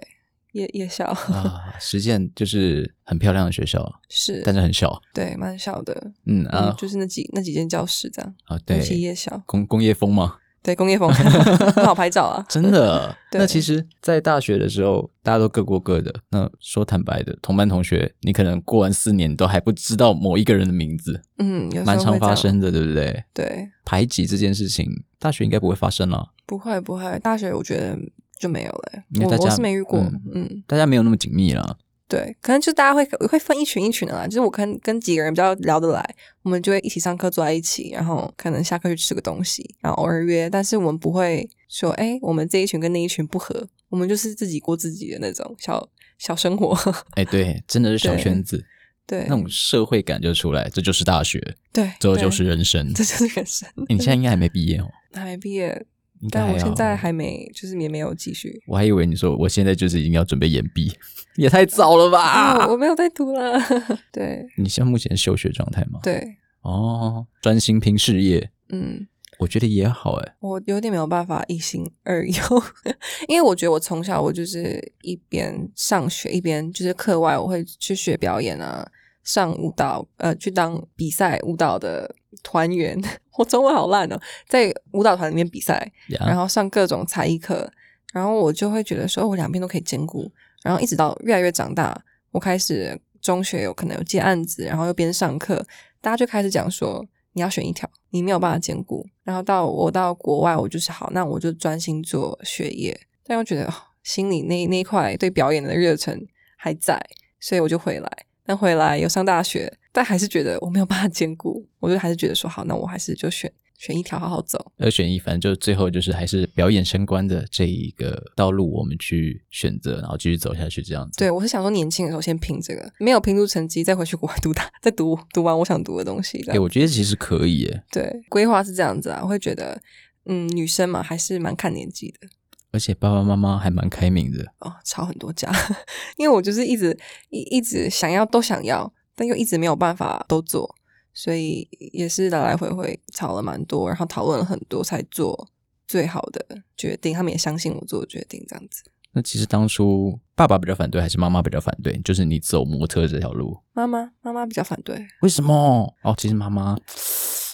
Speaker 3: 夜夜校
Speaker 1: 啊，实践就是很漂亮的学校，
Speaker 3: 是，
Speaker 1: 但是很小。
Speaker 3: <laughs> 对，蛮小的，
Speaker 1: 嗯
Speaker 3: 嗯
Speaker 1: 啊，
Speaker 3: 就是那几那几间教室这样，
Speaker 1: 啊，
Speaker 3: 尤
Speaker 1: 对，
Speaker 3: 其夜校，
Speaker 1: 工工业风嘛，
Speaker 3: 对，工
Speaker 1: <laughs>
Speaker 3: 业风很好拍照啊，
Speaker 1: 真的。
Speaker 3: <laughs> 对
Speaker 1: 那其实，在大学的时候，大家都各过各的。那说坦白的，同班同学，你可能过完四年都还不知道某一个人的名字，
Speaker 3: 嗯，有时候
Speaker 1: 蛮常
Speaker 3: 会这
Speaker 1: 发，
Speaker 3: 样
Speaker 1: 生的，对不对？
Speaker 3: 对，
Speaker 1: 排挤这件事情，大学应该不会发生了，
Speaker 3: 不会不会，大学我觉得就没有了欸、
Speaker 1: 因为大
Speaker 3: 我我
Speaker 1: 家
Speaker 3: 是没遇过，
Speaker 1: 嗯
Speaker 3: 嗯
Speaker 1: 大家没有那么紧密了。
Speaker 3: 对，可能就大家会会分一群一群的啦，就是我跟跟几个人比较聊得来，我们就会一起上课坐在一起，然后可能下课去吃个东西，然后偶尔约，但是我们不会说，哎、我们这一群跟那一群不合，我们就是自己过自己的那种小小生活。
Speaker 1: 哎，对，真的是小
Speaker 3: 对
Speaker 1: 圈子，
Speaker 3: 对，
Speaker 1: 那种社会感就出来，这就是大学，
Speaker 3: 对，
Speaker 1: 这就
Speaker 3: 对
Speaker 1: 是人生。哎
Speaker 3: 这就是人生。
Speaker 1: 你现在应该还没毕业哦，
Speaker 3: 还没毕业，
Speaker 1: 应该
Speaker 3: 但
Speaker 1: 还
Speaker 3: 我现
Speaker 1: 要哦
Speaker 3: 在还没，就是也没有继续。
Speaker 1: 我还以为你说我现在就是已经要准备研毕， <laughs> 也太早了吧
Speaker 3: 啊，？我没有在读了。
Speaker 1: <laughs>
Speaker 3: 对
Speaker 1: 你现在目前是休学状态吗？，
Speaker 3: 对，
Speaker 1: 哦，专心拼事业，
Speaker 3: 嗯，
Speaker 1: 我觉得也好哎。
Speaker 3: 我有点没有办法一心二用， <laughs> 因为我觉得我从小我就是一边上学一边就是课外我会去学表演啊，上舞蹈，呃，去当比赛舞蹈的团员。 <laughs> 我中文好烂哦，在舞蹈团里面比赛，
Speaker 1: 呀
Speaker 3: 然后上各种才艺课，然后我就会觉得说，哦我两边都可以兼顾。然后一直到越来越长大，我开始中学有可能有接案子，然后又边上课，大家就开始讲说，你要选一条，你没有办法兼顾。然后到我到国外，我就是好，那我就专心做学业。但又觉得、哦心里那那一块对表演的热忱还在，所以我就回来。但回来有上大学，但还是觉得我没有办法兼顾，我就还是觉得说好，那我还是就选选一条好好走。
Speaker 1: 二选一，反正就最后就是还是表演相关的这一个道路，我们去选择，然后继续走下去这样子。
Speaker 3: 对，我是想说年轻的时候先拼这个，没有拼出成绩，再回去国外读大， <laughs> 再读读完我想读的东西这
Speaker 1: 哎、
Speaker 3: 样。
Speaker 1: 我觉得其实可以耶，
Speaker 3: 对，规划是这样子啊，我会觉得，嗯，女生嘛还是蛮看年纪的
Speaker 1: 而且爸爸妈妈还蛮开明的。
Speaker 3: 哦，吵很多架， <laughs> 因为我就是一直一一直想要都想要，但又一直没有办法都做，所以也是来来回回吵了蛮多，然后讨论了很多才做最好的决定，他们也相信我做的决定这样子。
Speaker 1: 那其实当初爸爸比较反对，还是妈妈比较反对？就是你走模特这条路，
Speaker 3: 妈妈，妈妈比较反对，
Speaker 1: 为什么？哦，其实妈妈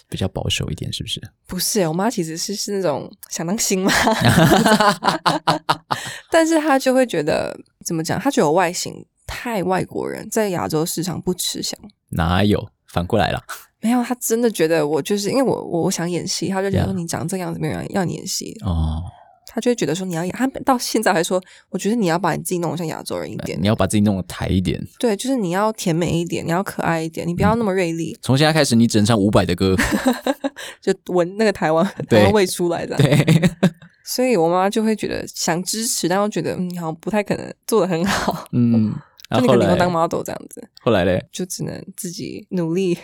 Speaker 1: 比较保守一点，是不是？
Speaker 3: 不是、欸，我妈其实是是那种想当星妈， <laughs> 但是她就会觉得怎么讲，她觉得我外形太外国人，在亚洲市场不吃香。
Speaker 1: 哪有？反过来啦，
Speaker 3: 没有，她真的觉得我就是因为我我我想演戏，她就觉得说
Speaker 1: Yeah.
Speaker 3: 你长这样子没有人要你演戏，
Speaker 1: 哦，
Speaker 3: 她就会觉得说你要演，她到现在还说，我觉得你要把你自己弄得像亚洲人一点
Speaker 1: 你，要把自己弄得抬一点。
Speaker 3: 对，就是你要甜美一点，你要可爱一点，你不
Speaker 1: 嗯
Speaker 3: 要那么锐利，
Speaker 1: 从现在开始，你只能唱伍佰的
Speaker 3: <laughs>
Speaker 1: 歌。
Speaker 3: 就闻那个台湾
Speaker 1: 对
Speaker 3: 台湾味出来的。
Speaker 1: 对，
Speaker 3: 所以我妈妈就会觉得想支持，但又觉得嗯，你好像不太可能做的很好， <laughs>
Speaker 1: 嗯，
Speaker 3: 就
Speaker 1: 然后后
Speaker 3: 你可能
Speaker 1: 来
Speaker 3: 要当 model 这样子，
Speaker 1: 后来嘞，
Speaker 3: 就只能自己努力，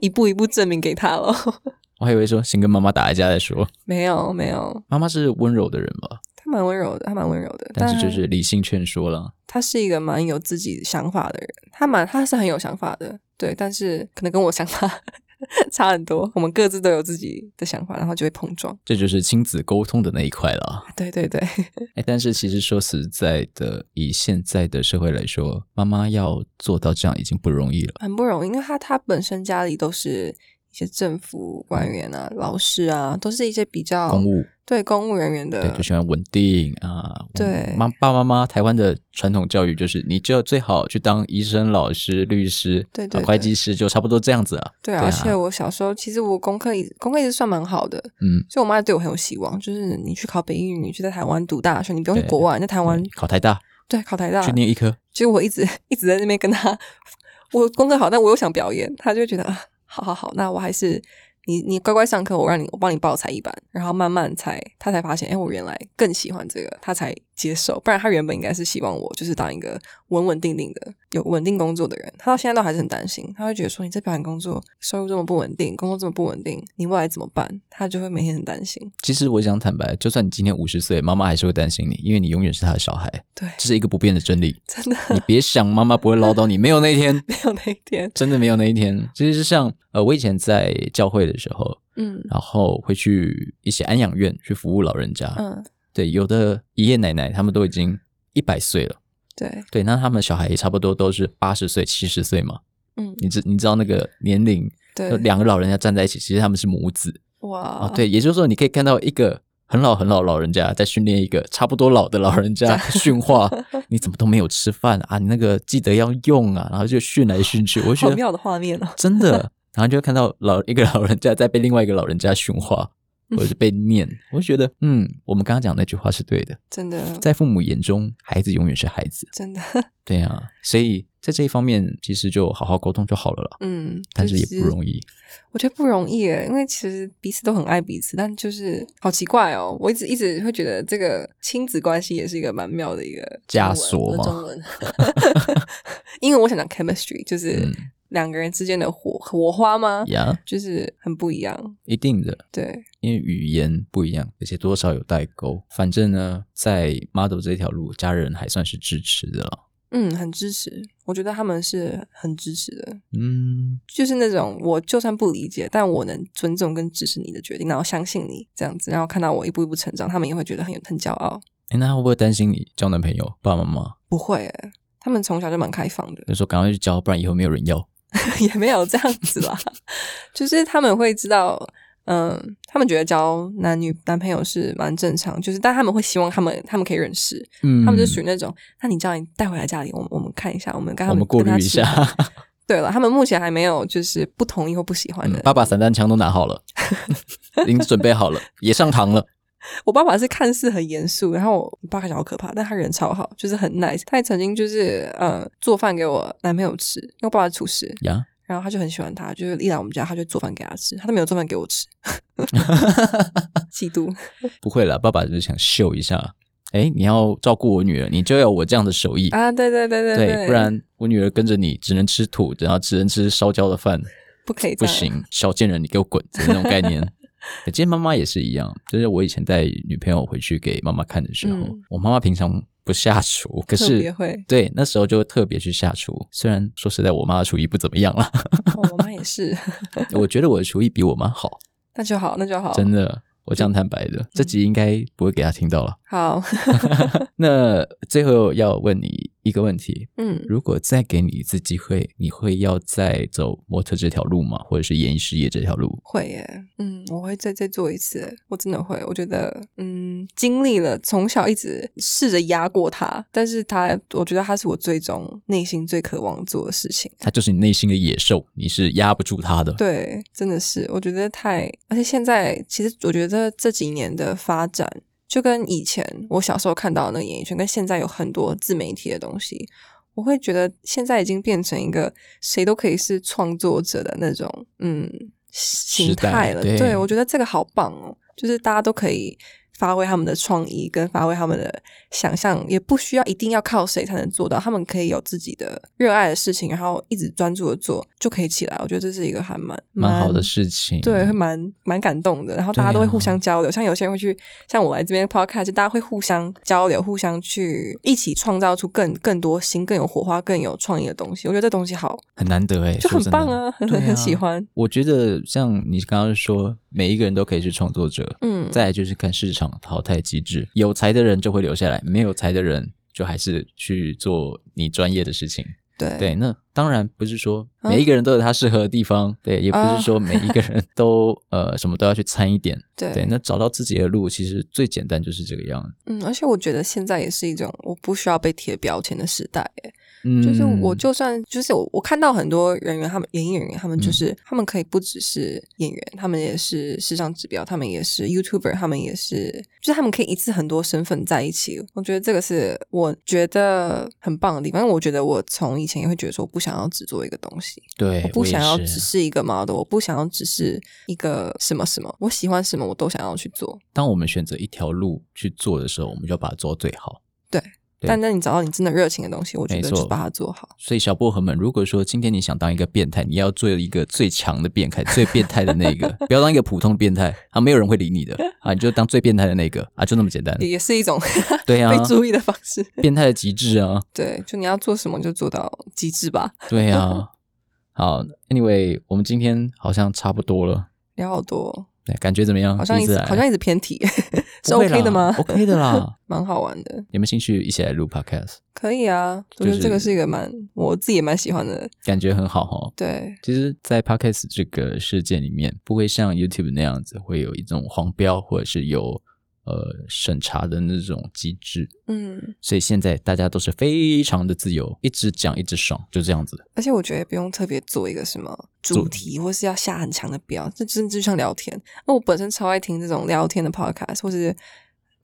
Speaker 3: 一步一步证明给她咯。 <laughs>
Speaker 1: 我还以为说先跟妈妈打一架再说。
Speaker 3: 没有没有，
Speaker 1: 妈妈是温柔的人吧，
Speaker 3: 她蛮温柔的，她蛮温柔的，
Speaker 1: 但是
Speaker 3: 她
Speaker 1: 就是理性劝说了。
Speaker 3: 她是一个蛮有自己想法的人，她蛮她是很有想法的，对，但是可能跟我想法 <laughs> 差很多，我们各自都有自己的想法，然后就会碰撞。 <laughs>
Speaker 1: 这就是亲子沟通的那一块了。
Speaker 3: 对对对，
Speaker 1: 哎，但是其实说实在的，以现在的社会来说，妈妈要做到这样已经不容易了。
Speaker 3: 很不容易，因为他他本身家里都是一些政府官员啊、老师啊，都是一些比较
Speaker 1: 嗯公务
Speaker 3: 对公务人员的
Speaker 1: 对，就喜欢稳定啊。
Speaker 3: 对
Speaker 1: 妈爸爸妈妈，台湾的传统教育就是，你就最好去当医生、老师、律师、
Speaker 3: 对对
Speaker 1: 啊
Speaker 3: 对
Speaker 1: 会计师，就差不多这样子啊。
Speaker 3: 对啊
Speaker 1: 对啊
Speaker 3: 而且我小时候其实我功课一功课一直算蛮好的，
Speaker 1: 嗯，
Speaker 3: 所以我妈对我很有希望，就是你去考北一女，你去在台湾读大学，你不用去
Speaker 1: 对
Speaker 3: 国外，你在台湾
Speaker 1: 对考台大，
Speaker 3: 对考台大
Speaker 1: 去。念医科，
Speaker 3: 结果我一直 <laughs> 一直在那边跟她，我功课好，但我又想表演，她就会觉得啊，好好好，那我还是。你你乖乖上课，我让你我帮你报才艺班，然后慢慢才她才发现，哎，我原来更喜欢这个，她才接受。不然她原本应该是希望我就是当一个稳稳定定的、有稳定工作的人，她到现在都还是很担心，她会觉得说你这表演工作收入这么不稳定，工作这么不稳定，你未来怎么办？她就会每天很担心。
Speaker 1: 其实我想坦白，就算你今天五十岁，妈妈还是会担心你，因为你永远是她的小孩，
Speaker 3: 对， <laughs>
Speaker 1: 这是一个不变的真理。
Speaker 3: 真的
Speaker 1: 你别想妈妈不会唠叨你，没有那一天，
Speaker 3: 没有那一天。
Speaker 1: 真的没有那一天。其实是像呃，我以前在教会的时候，
Speaker 3: 嗯
Speaker 1: 然后会去一些安养院去服务老人家。
Speaker 3: 嗯，
Speaker 1: 对，有的爷爷奶奶他们都已经一百岁了，
Speaker 3: 对，
Speaker 1: 对，那他们小孩也差不多都是八十岁、七十岁嘛。
Speaker 3: 嗯
Speaker 1: 你知你知道那个年龄，
Speaker 3: 对
Speaker 1: 就，两个老人家站在一起，其实他们是母子
Speaker 3: 哇
Speaker 1: 啊。，对，也就是说，你可以看到一个。很老很老老人家在训练一个差不多老的老人
Speaker 3: <laughs>
Speaker 1: 家训话，你怎么都没有吃饭啊？你那个记得要用啊，然后就训来训去，我就觉
Speaker 3: 好
Speaker 1: 得
Speaker 3: 妙的画面哦。 <laughs>
Speaker 1: 真的。然后就会看到老一个老人家在被另外一个老人家训话，或
Speaker 3: 嗯
Speaker 1: 者是被念，我就觉得，嗯，我们刚刚讲那句话是对的，
Speaker 3: 真的，
Speaker 1: 在父母眼中，孩子永远是孩子，
Speaker 3: 真的，
Speaker 1: 对啊，所以在这一方面，其实就好好沟通就好了啦。
Speaker 3: 嗯，
Speaker 1: 但是也
Speaker 3: 就
Speaker 1: 不容
Speaker 3: <laughs>
Speaker 1: 易，
Speaker 3: 我觉得不容易耶，因为其实彼此都很爱彼此，但就是好奇怪哦。我一直一直会觉得这个亲子关系也是一个蛮妙的一个
Speaker 1: 枷
Speaker 3: 中
Speaker 1: 锁
Speaker 3: 文
Speaker 1: 吗
Speaker 3: 中文， <laughs> 因为我想讲 chemistry，就是
Speaker 1: 嗯
Speaker 3: 两个人之间的火火花吗？
Speaker 1: 呀、
Speaker 3: 就是很不一样。
Speaker 1: 一定的，
Speaker 3: 对，
Speaker 1: 因为语言不一样，而且多少有代沟。反正呢，在 model 这条路，家人还算是支持的了。
Speaker 3: 嗯，很支持。我觉得他们是很支持的，
Speaker 1: 嗯，
Speaker 3: 就是那种我就算不理解，但我能尊重跟支持你的决定，然后相信你这样子，然后看到我一步一步成长，他们也会觉得很有很骄傲。
Speaker 1: 哎，那会不会担心你交男朋友？爸爸妈妈
Speaker 3: 不会耶，他们从小就蛮开放的， <laughs>
Speaker 1: 就说赶快去交，不然以后没有人要。
Speaker 3: 也没有这样子啦。 <laughs> 就是他们会知道，嗯，他们觉得交男女男朋友是蛮正常，就是但他们会希望他们他们可以认识，
Speaker 1: 嗯，
Speaker 3: 他们就属于那种，那你叫你带回来家里，我们我们看一下，我们跟他
Speaker 1: 我们过
Speaker 3: 跟他
Speaker 1: 滤一
Speaker 3: 吃
Speaker 1: 下。
Speaker 3: 饭 <laughs> 对了，他们目前还没有就是不同意或不喜欢的。
Speaker 1: <laughs> 嗯，爸爸散弹枪都拿好 <laughs> 了，已经准备好了，也上膛了。
Speaker 3: 我爸爸是看似很严肃，然后我爸看起来好可怕，但他人超好，就是很 nice。他也曾经就是呃做饭给我男朋友吃，因为我爸爸是厨师，
Speaker 1: <laughs> 呀，
Speaker 3: 然后他就很喜欢他，就是一来我们家，他就做饭给他吃，他都没有做饭给我
Speaker 1: <laughs>
Speaker 3: 吃，嫉妒。
Speaker 1: 不会啦，爸爸就是想秀一下。哎，你要照顾我女儿，你就要我这样的手艺
Speaker 3: 啊！对对对对
Speaker 1: 对，不然我女儿跟着你只能吃土，然后只能吃烧焦的饭，
Speaker 3: 不可以这
Speaker 1: 不
Speaker 3: 样。
Speaker 1: 行，小贱人，你给我滚，就是那种概念。
Speaker 3: <laughs>
Speaker 1: 今天妈妈也是一样，就是我以前带女朋友回去给妈妈看的时候，
Speaker 3: 嗯
Speaker 1: 我妈妈平常不下厨，可
Speaker 3: 特别
Speaker 1: 是，
Speaker 3: 会
Speaker 1: 对那时候就特别去下厨。虽然说实在，我妈的厨艺不怎么
Speaker 3: <laughs>
Speaker 1: 样啦，
Speaker 3: 哦我妈也是， <laughs>
Speaker 1: 我觉得我的厨艺比我妈好，
Speaker 3: 那就好，那就好，嗯
Speaker 1: 真的，我这样坦白的，这集应该不会给她听到了。
Speaker 3: 好， <laughs>
Speaker 1: 那最后要问你一个问题，
Speaker 3: 嗯，
Speaker 1: 如果再给你一次机会，你会要再走模特这条路吗？或者是演艺事业这条路？
Speaker 3: 会耶，嗯，我会再再做一次，我真的会，我觉得，嗯，经历了从小一直试着压过他，但是他，我觉得他是我最终内心最渴望做的事情。
Speaker 1: 它就是你内心的野兽，你是压不住它的。
Speaker 3: 对，真的是，我觉得太，而且现在其实我觉得这几年的发展，就跟以前我小时候看到的那个演艺圈，跟现在有很多自媒体的东西，我会觉得现在已经变成一个谁都可以是创作者的那种嗯形
Speaker 1: 时代
Speaker 3: 态了。
Speaker 1: 对
Speaker 3: 对我觉得这个好棒哦，就是大家都可以。发挥他们的创意，跟发挥他们的想象，也不需要一定要靠谁才能做到，他们可以有自己的热爱的事情，然后一直专注的做，就可以起来。我觉得这是一个还蛮
Speaker 1: 蛮好的事情，啊
Speaker 3: 对，会蛮蛮感动的。然后大家都会互相交流，像有些人会去，像我来这边 podcast，就大家会互相交流，互相去一起创造出更更多新、更有火花、更有创意的东西。我觉得这东西好，
Speaker 1: 很难得哎、
Speaker 3: 就很
Speaker 1: 说真的
Speaker 3: 棒啊，很
Speaker 1: 对
Speaker 3: <laughs> 很
Speaker 1: 啊
Speaker 3: 很喜欢。
Speaker 1: 我觉得像你刚刚说，每一个人都可以是创作者，
Speaker 3: 嗯，
Speaker 1: 再来就是看市场淘汰机制，有才的人就会留下来，没有才的人就还是去做你专业的事情。
Speaker 3: 对
Speaker 1: 对，那当然不是说
Speaker 3: 啊
Speaker 1: 每一个人都有他适合的地方，对，也不
Speaker 3: 啊
Speaker 1: 是说每一个人都、呃什么都要去参一点，
Speaker 3: 对
Speaker 1: 对，那找到自己的路，其实最简单就是这个样子。
Speaker 3: 嗯，而且我觉得现在也是一种我不需要被贴标签的时代。哎
Speaker 1: 嗯，
Speaker 3: 就是我就算就是我我看到很多人员，他们演艺人员，他们就
Speaker 1: 嗯
Speaker 3: 是、他们可以不只是演员，他们也是时尚指标，他们也是 YouTuber，他们也是就是他们可以一次很多身份在一起。我觉得这个是我觉得很棒的地方。因为我觉得我从以前也会觉得说，我不想要只做一个东西，
Speaker 1: 对，
Speaker 3: 我不
Speaker 1: 也
Speaker 3: 想要
Speaker 1: 是啊
Speaker 3: 只是一个 model，我不想要只是一个什么什么，我喜欢什么我都想要去做。
Speaker 1: 当我们选择一条路去做的时候，我们就要把它做到最好。对
Speaker 3: 但当你找到你真的热情的东西，我觉
Speaker 1: 没
Speaker 3: 得
Speaker 1: 错
Speaker 3: 就把它做好。
Speaker 1: 所以，小薄荷们，如果说今天你想当一个变态，你要做一个最强的变态， <laughs> 最变态的那个，不要当一个普通变态啊，没有人会理你的啊，你就当最变态的那个啊，就那么
Speaker 3: <laughs>
Speaker 1: 简单。
Speaker 3: 也是一种
Speaker 1: 对啊
Speaker 3: <laughs> 被，注意的方式。
Speaker 1: 变态的极致啊，
Speaker 3: 对，就你要做什么就做到极致吧。
Speaker 1: 对
Speaker 3: <laughs>
Speaker 1: 啊。好，Anyway，我们今天好像差不多了，
Speaker 3: 聊好多，
Speaker 1: 对感觉怎么样？
Speaker 3: 好像一
Speaker 1: 次
Speaker 3: 直
Speaker 1: 来
Speaker 3: 好像一直
Speaker 1: <laughs>
Speaker 3: 偏题，是
Speaker 1: 啊不会
Speaker 3: OK 的吗
Speaker 1: 啦？OK 的
Speaker 3: <laughs>
Speaker 1: 啦，
Speaker 3: 蛮好玩的，
Speaker 1: 有没有兴趣一起来录 Podcast？
Speaker 3: 可以啊。我觉
Speaker 1: 就
Speaker 3: 得
Speaker 1: 是
Speaker 3: 这个是一个蛮我自己也蛮喜欢的。
Speaker 1: 感觉很好哈。
Speaker 3: 对，
Speaker 1: 其实，在 podcast 这个世界里面，不会像 YouTube 那样子会有一种黄标，或者是有呃审查的那种机制，
Speaker 3: 嗯，
Speaker 1: 所以现在大家都是非常的自由，一直讲一直爽，就这样
Speaker 3: <laughs>
Speaker 1: 子。
Speaker 3: 而且我觉得不用特别做一个什么主题，或是要下很强的标，这真的就像聊天。那我本身超爱听这种聊天的 podcast，或是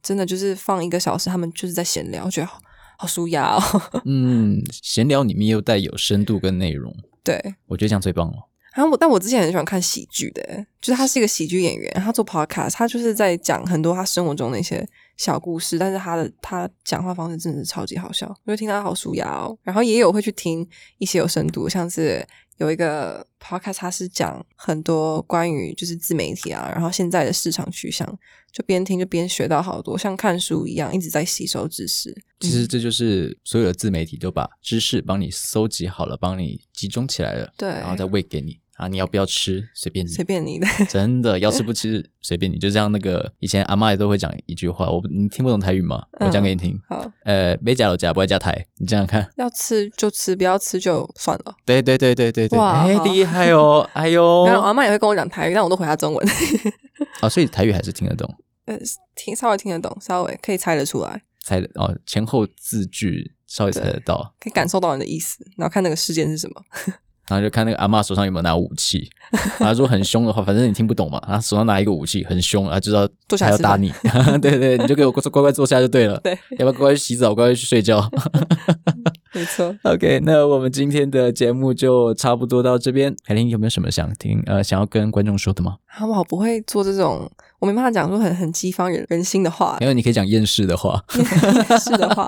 Speaker 3: 真的就是放一个小时，他们就是在闲聊，我觉得好好舒压哦。
Speaker 1: 嗯，闲聊里面又带有深度跟内容，
Speaker 3: 对，
Speaker 1: 我觉得这样最棒了。
Speaker 3: 然后我，但我之前很喜欢看喜剧的，欸就是他是一个喜剧演员，他做 podcast，他就是在讲很多他生活中的一些小故事，但是他的他讲话方式真的是超级好笑，我就听他好舒压哦。然后也有会去听一些有深度，像是有一个 podcast，他是讲很多关于就是自媒体啊，然后现在的市场趋向，就边听就边学到好多，像看书一样一直在吸收知识。
Speaker 1: 其实这就是所有的自媒体都把知识帮你搜集好了，帮你集中起来了，
Speaker 3: 对
Speaker 1: 然后再喂给你啊，你要不要吃随便你，
Speaker 3: 随便你的， <laughs>
Speaker 1: 真的要吃不吃随便你，就像那个以前阿妈也都会讲一句话，我不你听不懂台语吗？
Speaker 3: 嗯
Speaker 1: 我讲给你听，
Speaker 3: 好，
Speaker 1: 呃，没加老加不爱加
Speaker 3: <laughs>
Speaker 1: 台，你想想看，
Speaker 3: 要吃就吃，不要吃就算了。
Speaker 1: 对对对对对对，
Speaker 3: 哇
Speaker 1: 哎
Speaker 3: 好
Speaker 1: 厉害
Speaker 3: <laughs>
Speaker 1: 哦，哎呦，
Speaker 3: 然后我啊阿妈也会跟我讲台语，但我都回她中文。
Speaker 1: 啊，所以台语还是听得懂，
Speaker 3: 呃，听稍微听得懂，稍微可以猜得出来，
Speaker 1: 猜得哦前后字句稍微猜得
Speaker 3: <laughs>
Speaker 1: 到，
Speaker 3: 可以感受到你的意思，然后看那个事件是什么。
Speaker 1: 然后就看那个阿嬷手上有没有拿武器，然后如果很凶的话，反正你听不懂嘛，她手上拿一个武器很凶，然后知道
Speaker 3: 坐下
Speaker 1: 她要
Speaker 3: 来吃
Speaker 1: 打
Speaker 3: 饭
Speaker 1: 你， <laughs> 对对，你就给我乖乖坐下就对了，
Speaker 3: <laughs> 对
Speaker 1: 要不要乖乖去洗澡，乖乖去睡觉。
Speaker 3: 没错，
Speaker 1: OK，那我们今天的节目就差不多到这边。海林有没有什么想听呃想要跟观众说的吗？
Speaker 3: 啊，我好不会做这种，我没办法讲出很很激发人人心的话 <laughs>
Speaker 1: 没，有，你可以讲厌世的话。
Speaker 3: 是的话。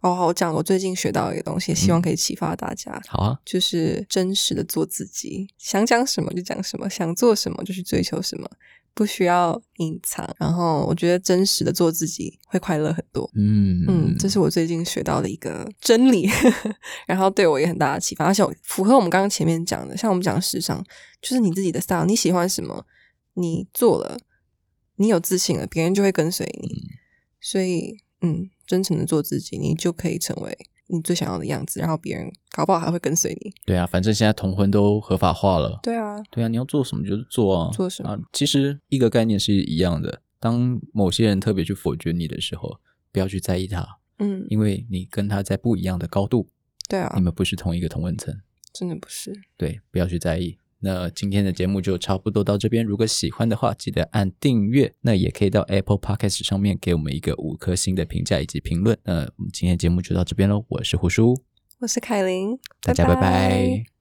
Speaker 3: 哦，好我讲我最近学到一个东西，希望可以启发大家。
Speaker 1: <laughs> 好啊，
Speaker 3: 就是真实的做自己，想讲什么就讲什么，想做什么就去追求什么，不需要隐藏。然后我觉得真实的做自己会快乐很多。
Speaker 1: 嗯
Speaker 3: 嗯，这是我最近学到的一个真理， <laughs> 然后对我也很大的启发，而且我符合我们刚刚前面讲的，像我们讲的时尚，就是你自己的 style，你喜欢什么，你做了，你有自信了，别人就会跟随你。
Speaker 1: 嗯
Speaker 3: 所以，嗯，真诚的做自己，你就可以成为你最想要的样子，然后别人搞不好还会跟随你。
Speaker 1: 对啊，反正现在同婚都合法化了。
Speaker 3: 对啊，
Speaker 1: 对啊，你要做什么就是做啊，
Speaker 3: 做什么
Speaker 1: 啊。其实一个概念是一样的，当某些人特别去否决你的时候，不要去在意他，
Speaker 3: 嗯，
Speaker 1: 因为你跟他在不一样的高度，
Speaker 3: 对啊
Speaker 1: 你，们不是同一个同温层。
Speaker 3: 真的不是。
Speaker 1: 对，不要去在意。那今天的节目就差不多到这边，如果喜欢的话，记得按订阅。那也可以到 Apple Podcast 上面给我们一个五颗星的评价以及评论。那我们今天的节目就到这边喽，我是胡叔，
Speaker 3: 我是凯琳，
Speaker 1: 大家拜
Speaker 3: 拜
Speaker 1: 拜